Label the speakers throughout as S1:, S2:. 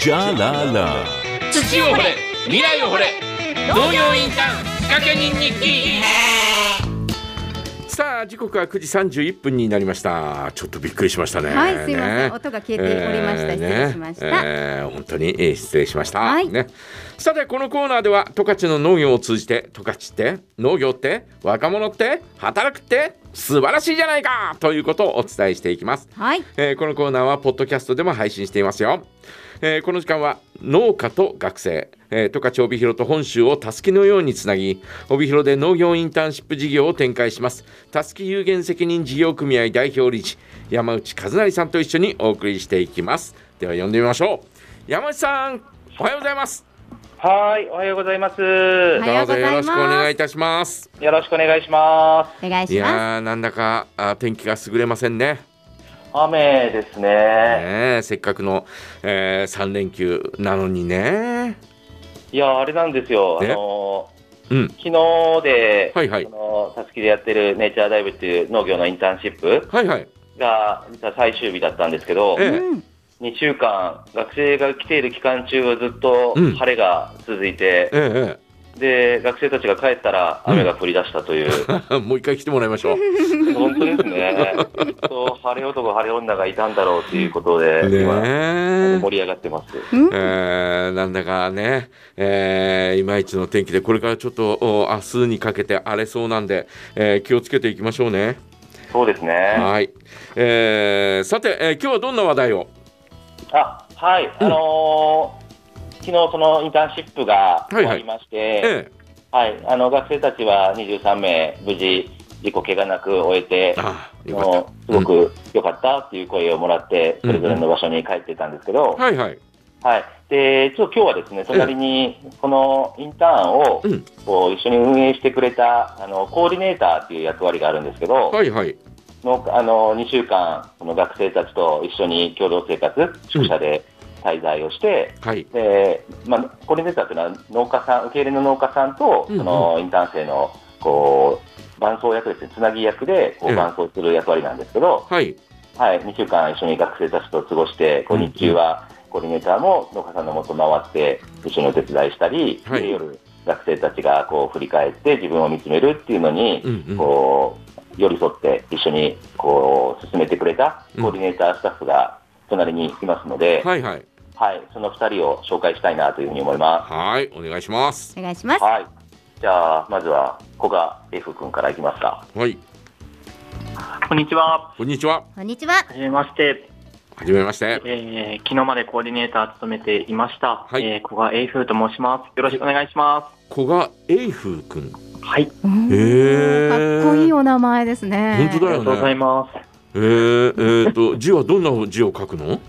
S1: じゃらら
S2: 土を掘れ未来を掘れ農業インターン仕掛け人日記
S3: さあ時刻は9時31分になりましたちょっとびっくりしましたね
S4: はいすいません
S3: ね
S4: 音が消えておりました
S3: えー
S4: 失礼しました
S3: ねえー本当にえー失礼しました、
S4: はい
S3: ね、さてこのコーナーでは十勝の農業を通じて十勝って農業って若者って働くって素晴らしいじゃないかということをお伝えしていきます
S4: はい
S3: えーこのコーナーはポッドキャストでも配信していますよ、えーこの時間は農家と学生、えー、十勝帯広と本州をたすきのようにつなぎ帯広で農業インターンシップ事業を展開しますたすき有限責任事業組合代表理事山内和成さんと一緒にお送りしていきますでは呼んでみましょう山内さんおはようございます
S5: はい、おはようございま
S4: お
S5: す。
S4: はようござい
S3: どうぞよろ
S4: ま
S3: し
S4: す
S3: くお願いいたします
S5: よろしくお願いしま
S4: お願い
S3: い
S4: し
S3: や
S4: ま
S3: ーなんだかあー天気が優れませんね
S5: す。雨ですね。
S3: ねえせっかくの、え3連休なのにね
S5: いや、あれなんですよ。あ
S3: ね
S5: の
S3: うん
S5: 昨日で、
S3: はいはい
S5: あのたすきでやってるネイチャーダイブっていう農業のインターンシップ
S3: はいはい
S5: が実は最終日だったんですけど、
S3: え
S4: す
S3: ー
S4: うん
S5: 2週間学生が来ている期間中はずっと
S3: うん
S5: 晴れが続いて、
S3: えええ
S5: で学生たちが帰ったら雨が降り出したという、
S3: えもう一回来てもらいましょう。
S5: 本当です ね。そう晴れ男晴れ女がいたんだろうということで、
S3: ね
S5: 今
S3: え
S5: 盛り上がってます。
S4: うん
S3: えーなんだかね、えーいまいちの天気で、これからちょっとお明日にかけて荒れそうなんで、えー気をつけていきましょうね。
S5: そうですね。
S3: はい、えーさて、えー今日はどんな話題を
S5: あはい、あのー昨日そのインターンシップが終わりまして、
S3: え
S5: はいあの学生たちは23名、無事、事故怪我なく終えて
S3: え、ああ、
S5: あ
S3: よかっ
S5: のすごく良かったっていう声をもらって、それぞれの場所に帰ってたんですけど、
S3: た。はいはい。
S5: はい、でちょっと今日はですね、隣にこのインターンを
S3: うん
S5: こう一緒に運営してくれたあのコーディネーターっていう役割があるんですけど、
S3: はいはい。
S5: のあの2週間、この学生たちと一緒に共同生活、宿舎で滞在をして、
S3: はい。
S5: でまあ、コーディネーターというのは農家さん、受け入れの農家さんと、
S3: うんうん
S5: そのインターン生のこう伴走役ですね、つなぎ役でこ
S3: え
S5: う
S3: え
S5: 伴走する役割なんですけど、
S3: はい。
S5: はい、2週間一緒に学生たちと過ごして、こう
S3: うんうん
S5: 日中はコーディネーターも農家さんのもと回って、一緒にお手伝いしたり、
S3: はい
S5: で夜、学生たちがこう振り返って自分を見つめるっていうのに、
S3: うんうん。
S5: こう寄り添って一緒にこう進めてくれた
S3: うん
S5: コーディネータースタッフが隣にいますので、はい
S3: はいはい。
S5: その2人を紹介したいなというふうに思いま
S3: はい、お願いします。
S4: お願いします
S5: す。はいじゃあまずは古賀 F 君からいきますか
S3: はい、
S6: こんにちは。
S3: こんにちは。
S4: こんにちは
S6: はじめまして、
S3: はじめまして。
S6: えー昨日までコーディネーターを務めていました。
S3: はい
S6: えー古賀英風と申します。よろしくお願いしま
S3: 古賀英風くん。
S6: す。はい。
S4: うん
S3: へー
S4: かっこいいお名前ですね
S3: 本当
S6: あ
S3: だよ
S6: りがとうござ
S3: ね。
S6: います。
S3: えー、えーと、字はどんな字を書くの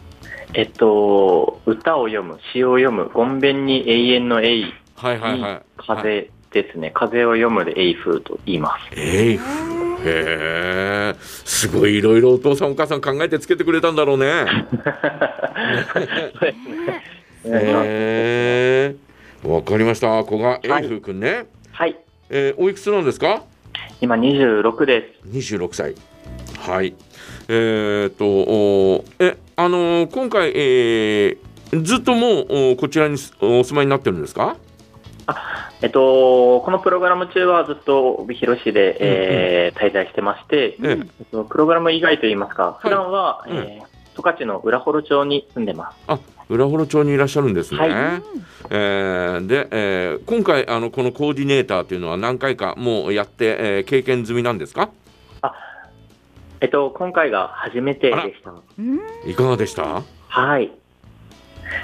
S6: えっと、歌を読む、詩を読む、ごんべんに永遠の永に
S3: はいはいはい。はい
S6: 風ですね。風を読むで英風と言います。
S3: エイフ。へえ。すごいいろいろお父さんお母さん考えてつけてくれたんだろう ね。
S4: ね
S3: へえ。わかりました。こがエイフくんね。
S6: はい。
S3: えーおいくつなんですか
S6: 今26です。
S3: ?26 歳。はい。えー、と、おえ、あのー今回、えーずっともうおこちらにすお住まいになってるんですか
S6: えっと、このプログラム中はずっと帯広市で、えー滞在してまして、
S3: ええ
S6: えっとプログラム以外といいますか、普段は、
S3: うん
S6: えー十勝の浦幌町に住んでます。
S3: あ、浦幌町にいらっしゃるんですね。
S6: はい
S3: えーで、えー今回あのこのコーディネーターというのは何回かもうやって、えー経験済みなんですか？
S6: えっと、今回が初めてでした。
S4: うん
S3: いかがでした？
S6: はい。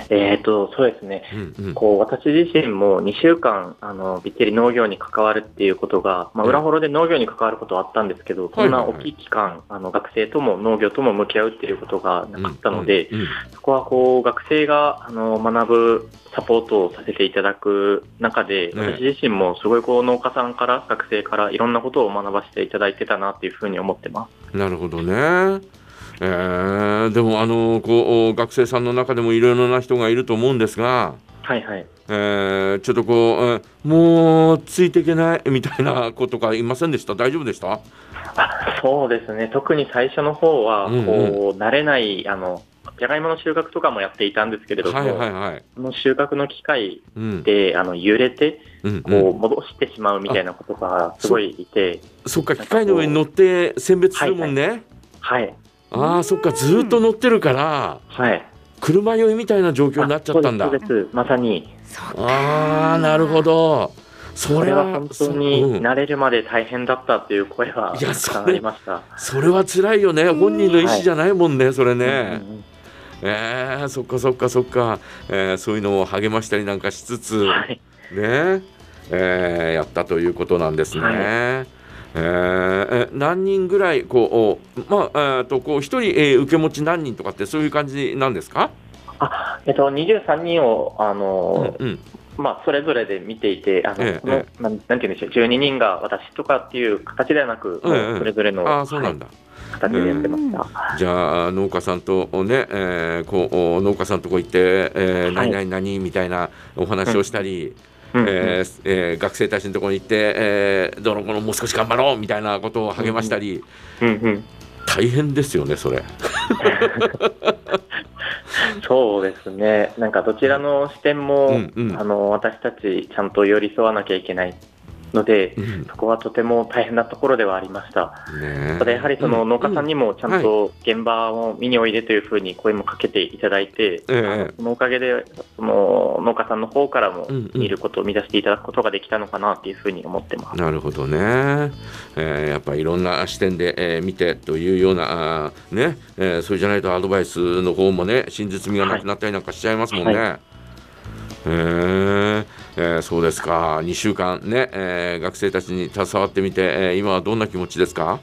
S6: えっと、そうですね。
S3: うんうん。
S6: こう私自身も2週間あのびっちり農業に関わるっていうことが、まあ、
S3: うん
S6: 裏幌で農業に関わることはあったんですけど、こんな
S3: はいはい
S6: 大
S3: はい
S6: きい期間あの学生とも農業とも向き合うっていうことがなかったので、
S3: うんうんうん
S6: そこはこう学生があの学ぶサポートをさせていただく中で、
S3: ね
S6: 私自身もすごいこう農家さんから学生からいろんなことを学ばせていただいてたなっていうふうに思ってます。
S3: なるほどね。えーでもあのこう学生さんの中でもいろいろな人がいると思うんですが、
S6: はいはい。
S3: えーちょっとこう、えーもうついていけないみたいな子とかいませんでした？大丈夫でした？
S6: あそうですね。特に最初の方は、こ
S3: うん
S6: う、慣れない、あの、じゃがいもの収穫とかもやっていたんですけれども、
S3: はいはいはい。
S6: その収穫の機械
S3: うん。
S6: であの揺れて、
S3: うんう
S6: こ
S3: ん
S6: う戻してしまうみたいなことがすごいいて、
S3: そっか、機械の上に乗って選別するもんね。
S6: はい、
S3: ああ、そっか、ずっと乗ってるから、
S6: はい。
S3: 車酔いみたいな状況になっちゃったんだ。
S6: あそうですそうですまさに、
S4: そうか。
S3: ああ、なるほど。そ
S6: こ
S3: れ
S6: れ
S3: は
S6: は本当
S3: そうう
S6: に
S3: ん
S6: 慣れるまで大変だったっていう声はい
S3: や
S6: たくさんありました。
S3: それは辛いよね。本人の意思じゃないもんね、それね。
S6: うんうん
S3: えー、そっかそっかそっか、えーそういうのを励ましたりなんかしつつ、
S6: はい、
S3: ねえーやったということなんですね。
S6: はい
S3: えーえ何人ぐらいこうおまあえーとこう一人、えー受け持ち何人とかってそういう感じなんですか？
S6: えっと、23人を、あの
S3: うん
S6: まあ、それぞれで見ていて、あの
S3: ええ
S6: そのなんなんていうんでしょう、12人が私とかっていう形ではなく、
S3: ええ
S6: それぞれの、
S3: ああそうなん
S6: は
S3: だ。
S6: い形でやってました。
S3: じゃあ農家さんとね、えーこうお農家さんとこ行って、えー
S6: はい
S3: 何々何みたいなお話をしたり。
S6: うんうん
S3: えーえー学生たちのところに行って、えーどの子のもう少し頑張ろうみたいなことを励ましたり、
S6: うんうん
S3: 大変ですよねそれ。
S6: そうですね、なんかどちらの視点も、
S3: うんうん
S6: あの私たち、ちゃんと寄り添わなきゃいけないので、
S3: うん
S6: そこはとても大変なところではありました。
S3: ね
S6: ただやはりその農家さんにもちゃんと現場を見においでというふうに声もかけていただいて、
S3: ええ
S6: あのそのおかげでその農家さんの方からも
S3: うんうん
S6: 見ること、見出していただくことができたのかなというふうに思ってます。
S3: なるほどね、えーやっぱりいろんな視点で、えー見てというようなあーね、えーそれじゃないとアドバイスの方もね真実味がなくなったりなんかしちゃいますもんね。
S6: は
S3: へーえーそうですか2週間ね、えー学生たちに携わってみて、えー今はどんな気持ちですか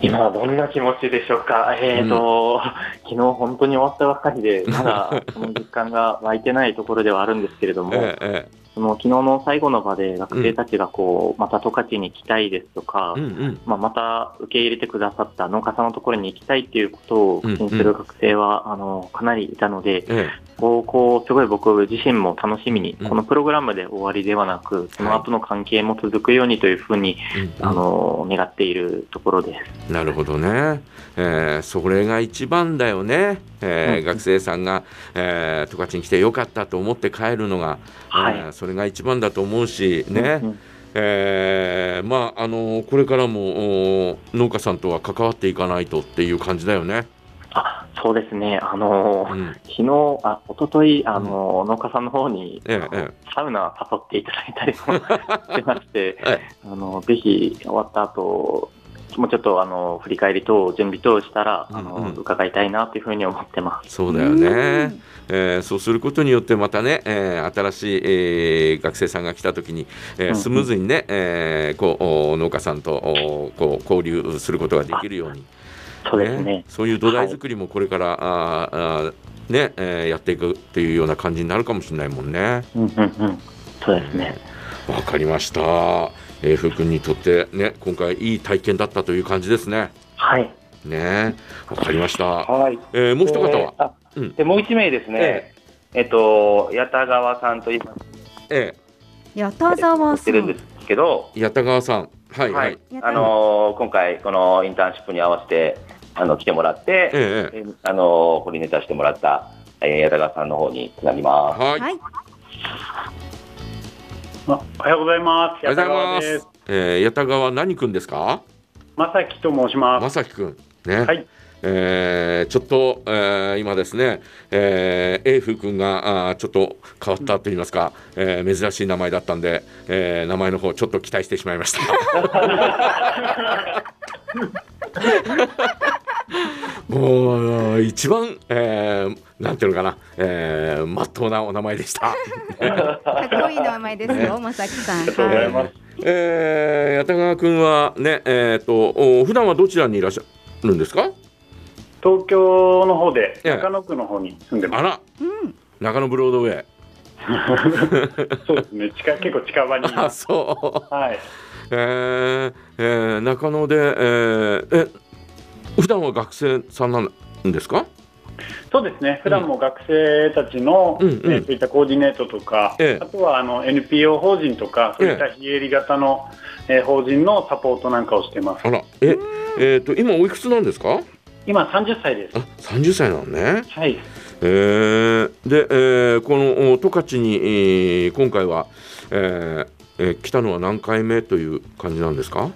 S6: 今はどんな気持ちでしょうか、えーと昨日本当に終わったばか りで、まだその実感が湧いてないところではあるんですけれども、
S3: ええ
S6: その昨日の最後の場で学生たちがこう、また十勝に来たいですとか、
S3: ええうん
S6: まあ、また受け入れてくださった農家さんのところに行きたいっていうことを口にす
S3: うんう
S6: る学生は、あのかなりいたので、
S3: え
S6: こうこうすごい僕自身も楽しみに、
S3: うん
S6: このプログラムで終わりではなく、その後の関係も続くようにというふうに、
S3: えうん
S6: あの願っているところです。
S3: なるほどね、えーそれが一番だよね、えー
S6: うん
S3: 学生さんが、えー、十勝に来てよかったと思って帰るのが、
S6: はい
S3: えーそれが一番だと思うしね、
S6: うん
S3: えーまああのこれからもお農家さんとは関わっていかないとっていう感じだよね。
S6: あそうですね、あの
S3: う
S6: 昨
S3: ん
S6: 日あ一昨日あの、農家さんの方に、
S3: えええ
S6: サウナ誘っていただいたりも してまして、
S3: はい
S6: あのぜひ終わった後もうちょっとあの振り返りと準備等したら、あの
S3: うんうん
S6: 伺いたいなというふうに思ってます。
S3: そうだよね、えーそうすることによってまたね、えー新しい、えー学生さんが来た時に、えー
S6: うん
S3: スムーズにね、えーこうお農家さんとおこう交流することができるように
S6: そうですね。
S3: そういう土台作りもこれから、あーあーねえーやっていくっていうような感じになるかもしれないもんね。
S6: うんうんうん。そうですね。
S3: わかりました。えー、福君にとってね今回いい体験だったという感じですね。
S6: はい。
S3: ねわかりました。
S5: はい。
S3: えー、もう一方は、
S5: あ
S3: うん
S5: でもう一名ですね。えっと、八田川さんと言います
S3: え
S4: 矢田沢
S5: し
S4: さ
S5: て
S4: ん。
S5: るんですけど、
S3: ー、八田川さんはいは、
S5: はいい。あのー今回、このインターンシップに合わせて、あの、来てもらって、
S3: ええ
S5: えあのー、掘りネタしてもらった、えー、矢田川さんの方につなぎます。
S3: はい。
S4: はい。
S7: あおはようございます。
S3: ありがとうございま
S7: です
S3: す。。えー、八田川何君ですか？
S7: まさきと申しま。
S3: ますさきくんね。
S7: はい
S3: えーちょっと、えー今ですね、えー、英風君があーちょっと変わったと言いますか、えー珍しい名前だったんで、えー名前の方ちょっと期待してしまいま した。もう一番、えーなんていうのかな、えー、真っ当なお名前でした。
S4: かっこいい名前ですよ、まさきさん。
S7: ありがとうござい
S4: は
S7: ます。
S3: えー、八田川君はね、えー、とお普段はどちらにいらっしゃるんですか
S7: 東京の方で
S3: ええ
S7: 中野区の方に住んで
S3: あ
S7: ま
S3: ら、中野ブロードウェイ。
S7: す。そうです ね。近い結構近場に。
S3: あ
S7: は
S3: そう
S7: い。
S3: えーえー中野で、えーえ普段は学生さんなんですか
S7: そうですね。普段も学生たちの、
S3: うんうん
S7: えーそういったコーディネートとか、
S3: ええ
S7: あとはあの NPO 法人とか、そういった非営利型の、えー法人のサポートなんかをしてます
S3: あ。らええーと今おいくつなんですか
S7: 今30歳です。
S3: あ30歳なのね。
S7: はい。
S3: えーで、えーこのお十勝に、えー今回は、えーえー来たのは何回目という感じなんですか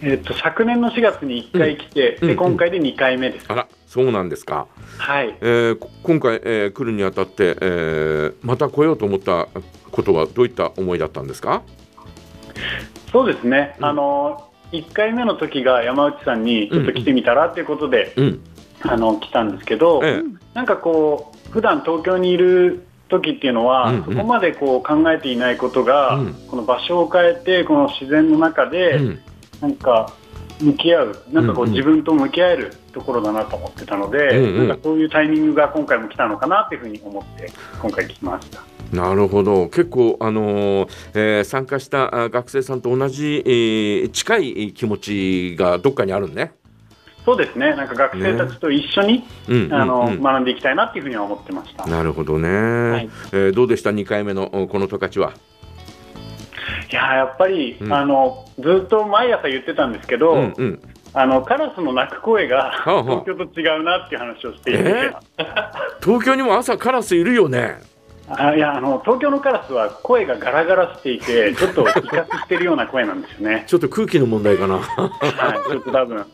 S7: えっと、昨年の4月に1回来て、
S3: うんう
S7: で、
S3: ん
S7: 今回で2回目です。
S3: あらそうなんですか、
S7: はい。
S3: えーこ今回、えー来るにあたって、えーまた来ようと思ったことはどういった思いだったんですか
S7: そうですね。
S3: うん
S7: あの、1回目の時が山内さんにちょっと来てみたらっていうことで、
S3: うん、
S7: あの、来たんですけど、
S3: ええ
S7: なんかこう、普段東京にいる時っていうのは、
S3: うんうん
S7: そこまでこう考えていないことが、
S3: うん
S7: この場所を変えて、この自然の中で、
S3: うん
S7: なんか向き合う、なんかこ
S3: うんう
S7: うん自分と向き合えるところだなと思ってたので、
S3: うんうん
S7: なんかそういうタイミングが今回も来たのかなっていうふうに思って、今回来ました。
S3: なるほど結構、あのーえー参加したあ学生さんと同じ、えー近い気持ちがどっかにあるね。
S7: そうですね、なんか学生たちと一緒に、
S3: うんうんうん
S7: あの学んでいきたいなっていうふうには思ってました。
S3: なるほどね、
S7: い
S3: えーどうでした2回目のおこの十勝は。
S7: いやーやっぱり、
S3: うん
S7: あのずっと毎朝言ってたんですけど、
S3: うんうん、
S7: あのカラスの鳴く声が
S3: あはあ
S7: 東京と違うなっていう話をしていて、
S3: え東京にも朝カラスいるよね。
S7: あいやあの東京のカラスは声がガラガラしてい て、ちょっと威嚇してるような声なんですよね。
S3: ちょっと空気の問題か な。
S7: はい、ちょっと多分、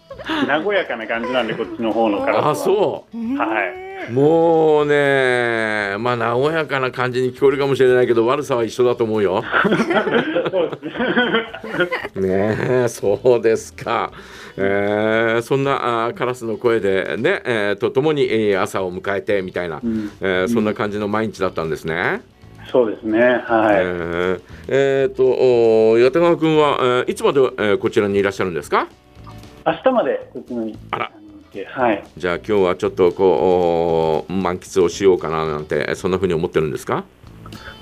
S7: 和やかな感じなんで、こっちの方のカラスは。
S3: あそ
S7: は
S3: うもうねまあ和やかな感じに聞こえるかもしれないけど悪さは一緒だと思うよ。
S7: い。そうですね。
S3: ねえそうですか、えーそんなあーカラスの声でね、えーとともに、えー朝を迎えてみたいな、
S7: ん
S3: えーそんな感じの毎日だったんですね。
S7: そうですね。
S3: え
S7: はい。
S3: ーえーとおー八手川君は、えーいつまで、えーこちらにいらっしゃるんですか
S7: 明日まで、こっちに。
S3: あら。
S7: はい。
S3: じゃあ今日はちょっとこうおー満喫をしようかななんてそんな風に思ってるんですか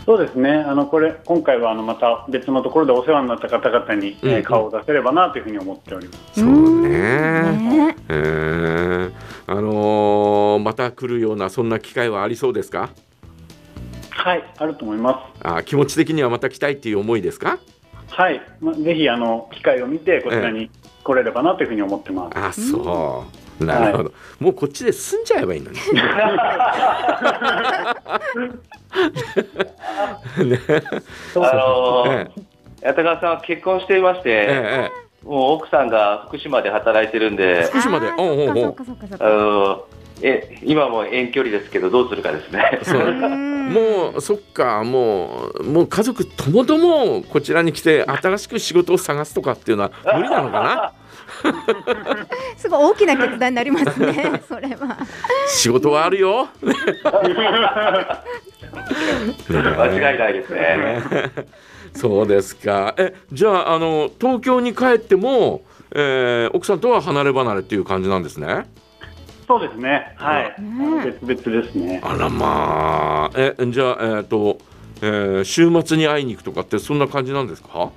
S7: そうですね。あの、これ、今回は、あの、また別のところでお世話になった方々に、えー
S3: うんうん
S7: 顔を出せればなというふうに思っております。
S3: そうね
S4: ね
S3: えーあのーまた来るようなそんな機会はありそうですか
S7: はい、あると思いま
S3: あー気持ち的にはまた来たいっていう思いですか
S7: す。はい。ま、ぜひ、あの、機会を見て、こちらに来れればなというふうに思ってます。
S3: あそうなるほど、もうこっちで住んじゃえばいいのにね
S5: あの
S3: ええ
S5: 八田川さんは結婚していまして、
S3: えええ
S5: もう奥さんが福島で働いてるんで、
S3: 福島で
S4: あー
S3: おうおうおう
S4: そっかそっかそっかそっ
S5: あ
S4: か
S5: のえ今も遠距離ですけど、どうするかですね
S3: え。そう
S4: うん
S3: もうそっかもうもう家族ともどもこちらに来て新しく仕事を探すとかっていうのは無理なのかな
S4: すごい大きな決断になりますね それは
S3: 仕事はあるよ
S5: 間違いないですね。
S3: そうですかえじゃああの東京に帰っても、えー奥さんとは離れ離れっていう感じなんですね
S7: そうですね。はい。
S4: ね
S7: 別々ですね。
S3: あらまあえじゃあえっ、と、えー週末に会いに行くとかってそんな感じなんですか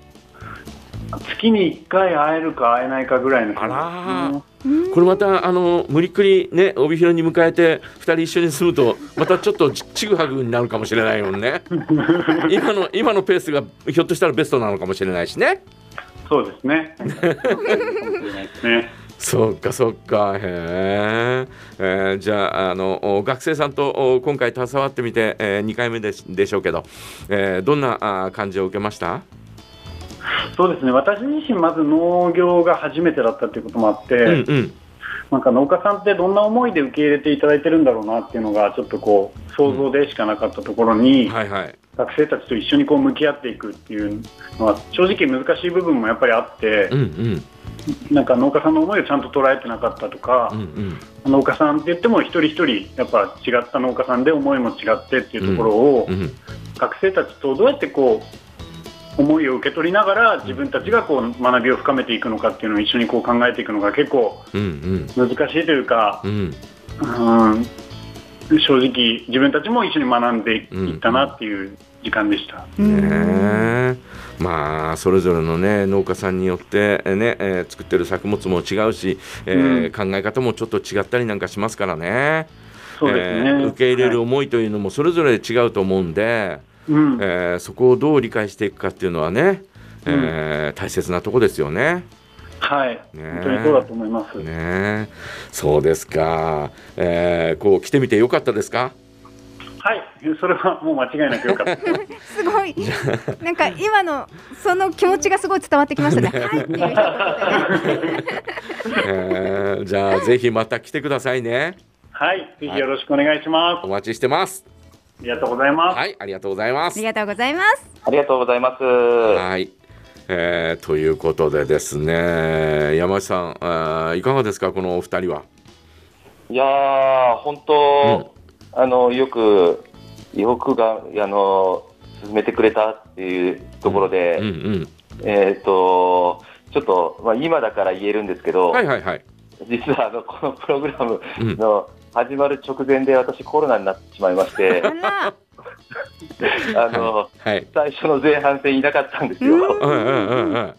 S7: 月に1回会えるか会えないかぐらいの
S3: あら
S7: 感じ
S3: ー
S7: で
S3: これまたあの無理くりね帯広に迎えて2人一緒に住むとまたちょっとちちぐはぐになるかもしれないもんね今の今のペースがひょっとしたらベストなのかもしれないしね
S7: すね。そうです ね。ね。
S3: そうかそうかへーえーじゃああのお学生さんとお今回携わってみて、え2回目でしでしょうけど、えーどんなあ感じを受けました
S7: そうですね。私自身まず農業が初めてだったっていうこともあって、
S3: うんうん
S7: なんか農家さんってどんな思いで受け入れていただいてるんだろうなっていうのがちょっとこう想像でしかなかったところに、
S3: はいはい
S7: 学生たちと一緒にこう向き合っていくっていうのは正直難しい部分もやっぱりあって
S3: う、んうん
S7: なんか農家さんの思いをちゃんと捉えてなかったとか
S3: うんう、ん
S7: 農家さんって言っても一人一人やっぱ違った農家さんで思いも違ってっていうところを、
S3: うん
S7: 学生たちとどうやってこう思いを受け取りながら自分たちがこう学びを深めていくのかっていうのを一緒にこう考えていくのが結構
S3: うん
S7: 難しいというか、
S3: うんうん
S7: うん、正直自分たちも一緒に学んでいったなっていう時間でした、
S3: ねえまあそれぞれのね農家さんによってね、えー作ってる作物も違うし、えー考え方もちょっと違ったりなんかしますからね
S7: そうですね、
S3: えー受け入れる
S7: はい
S3: 思いというのもそれぞれ違うと思うんで、
S7: うん
S3: えーそこをどう理解していくかっていうのはね、えー大切なとこですよね。
S7: はい、
S3: ねえ
S7: 本当にそうだと思います。
S3: ねえそうですか、えーこう来てみてよかったですか
S7: はい、それはもう間違いなくよかったです。
S4: すごい。なんか今のその気持ちがすごい伝わってきましたね。はいっていう一言で
S3: えーじゃあぜひまた来てくださいね
S7: はい、ぜひよろしくお願いします。
S3: お待ちしてます
S7: ありがとうございます。
S3: はいありがとうございま
S4: あ
S3: す
S4: りがとうございます。
S5: ありがとうございます。
S3: はい、えーということでですね山内さんあーいかがですかこのお二人はい
S5: やー、本当、あの、よく、よくが、あの、進めてくれたっていうところで、
S3: うんうん
S5: えっ、と、ちょっと、まあ、今だから言えるんですけど、
S3: はいはいはい
S5: 実はあのこのプログラムの始まる直前で私、コロナになってしまいまして、
S4: あら、
S5: あの
S3: はい
S5: 最初の前半戦いなかったんです
S4: う
S5: よ。
S3: うんうんうんうん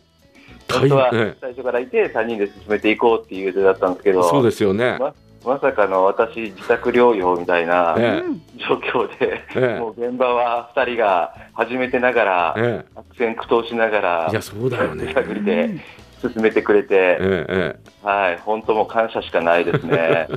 S5: 本当は
S3: 大変
S5: 最初からいて、3人で進めていこうっていう予定だったんですけ
S3: そう
S5: ど、
S3: ですよね
S5: まさかの私、自宅療養みたいな
S3: え
S4: うん
S5: 状況で、
S3: ええ
S5: もう現場は2人が始めてなが
S3: え
S5: ら、
S3: え
S5: 悪戦苦闘しなが
S3: えいや
S5: ら、
S3: そうだよね
S5: 手探りで進めてくれて。
S3: ええ
S5: はい、本当もう感謝しかないで すね。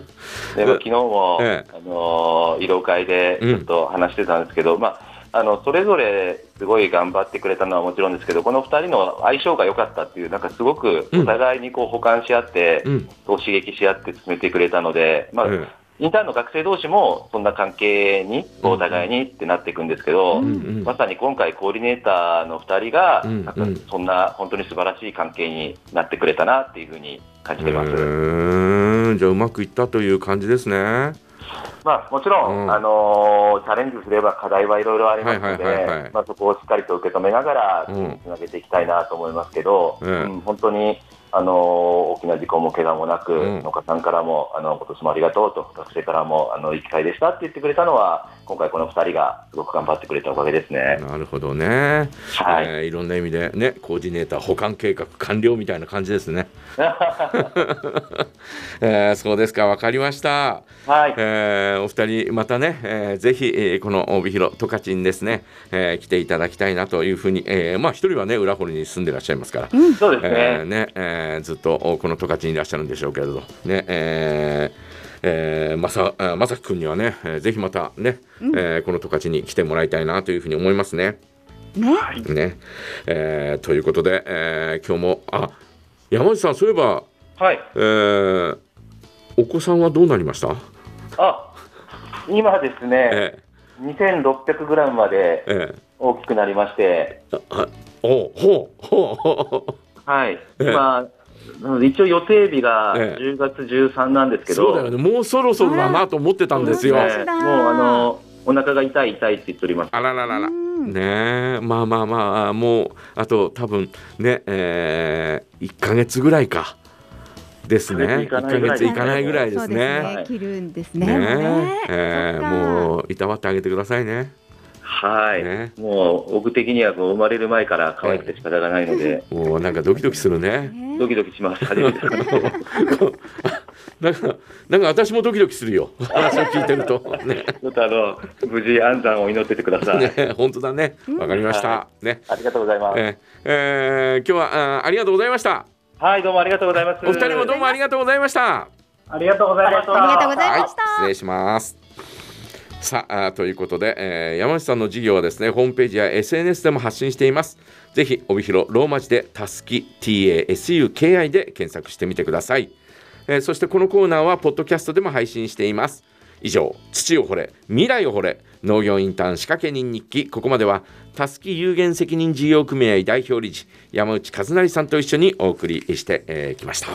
S5: でも昨日も、
S3: ええ
S5: あのー慰労会でちょっと話してたんですけど、まああのそれぞれすごい頑張ってくれたのはもちろんですけど、この二人の相性が良かったっていうなんかすごく
S3: うん
S5: お互いにこう補完し合って、
S3: えうん
S5: こう刺激し合って進めてくれたので、まあ、
S3: え
S5: インターンの学生同士もそんな関係にこうお互いにってなっていくんですけ
S3: え
S5: ど。
S3: うんうん
S5: まさに今回、コーディネーターの2人が、
S3: うん
S5: なん
S3: うん
S5: かそんな本当に素晴らしい関係になってくれたなっていうふうに感じてます。
S3: うーんじゃあうまくいったという感じですね。
S5: まあ、もちろん、
S3: うん
S5: あのーチャレンジすれば課題はいろいろありますので、
S3: はいはいはいはい
S5: まあ、そこをしっかりと受け止めながら、
S3: う
S5: つ
S3: ん
S5: なげていきたいなと思いますけど、
S3: え
S5: う
S3: え
S5: ん本当に、あのー大きな事故も怪我もなく、
S3: うん
S5: 農家さんからも、あの今年もありがとうと、学生からも、あのいい機会でしたって言ってくれたのは、今回、この2人がすごく頑張ってくれたおかげですね。
S3: なるほどね。
S5: はい
S3: えーいろんな意味でね、コーディネーター保管計画完了みたいな感じ ですね。えーそうですか、わかりました。
S5: はい、
S3: えーお二人またね、えーぜひ、えーこの帯広十勝にですね、えー来ていただきたいなというふうに、えーまあ一人はね裏堀に住んでらっしゃいますから、
S5: そうですね。
S3: えーねえーずっとおこの十勝にいらっしゃるんでしょうけれど、ねえーえー、まさあまさき君にはね、えーぜひまたね、えーこの十勝に来てもらいたいなというふうに思いますね。
S4: ね、
S3: ねえーということで、えー今日もあ山内さんそういえば、
S5: はい
S3: えーお子さんはどうなりました、
S5: あ今ですね、
S3: え
S5: 2600グラムまで
S3: ーえ
S5: 大きくなりまして、
S3: ーあおうほうほうほう
S5: はい、
S3: ええ
S5: まあ、なので一応予定日が
S3: ええ
S5: 10月13なんですけ
S3: そうだ
S5: ど、
S3: よねもうそろそろだなと思ってたんですよ。
S4: あら
S5: ええもうあのお腹が痛い痛いって言っております。
S3: あらららら。
S4: うん
S3: ねえ、まあまあまあ、もう、あと多分ね、えー、1ヶ月ぐらいか。ですね。
S5: 一ヶ
S3: 1ヶ月
S5: 月
S3: い
S5: い
S3: か
S5: か
S3: な
S5: ないい
S3: ぐ
S5: ぐ
S3: ら
S5: ら
S3: いです
S4: そう
S3: ね。
S4: ですね。切るんですね。
S3: ね
S4: ね
S3: ええー
S4: そっか
S3: もう、いたわってあげてくださいね。
S5: はい、
S3: ね
S5: もう僕的にはこう生まれる前から可愛くて仕方がないので、
S3: もうなんかドキドキするね。
S4: ね
S5: ドキドキします。初めて
S3: なんか、なんか私もドキドキするよ。話を聞いてると。ね。
S5: ちょっとあの無事安産を祈っててください。
S3: ね本当だね。わかりました。ね。
S5: ありがとうございます。
S3: えーえー今日はあーありがとうございました。
S5: はい、どうもありがとうございます。
S3: お二人もどうもありがとうございました。
S7: ありがとうございました。
S4: ありがとうございました。
S3: はい、失礼します。さああーということで、えー山内さんの事業はですねホームページや SNS でも発信していますぜひ帯広ローマ字でたすき TASUKI で検索してみてください、えーそしてこのコーナーはポッドキャストでも配信しています以上土を掘れ未来を掘れ農業インターン仕掛け人日記ここまではたすき有限責任事業組合代表理事山内和成さんと一緒にお送りしてえーきました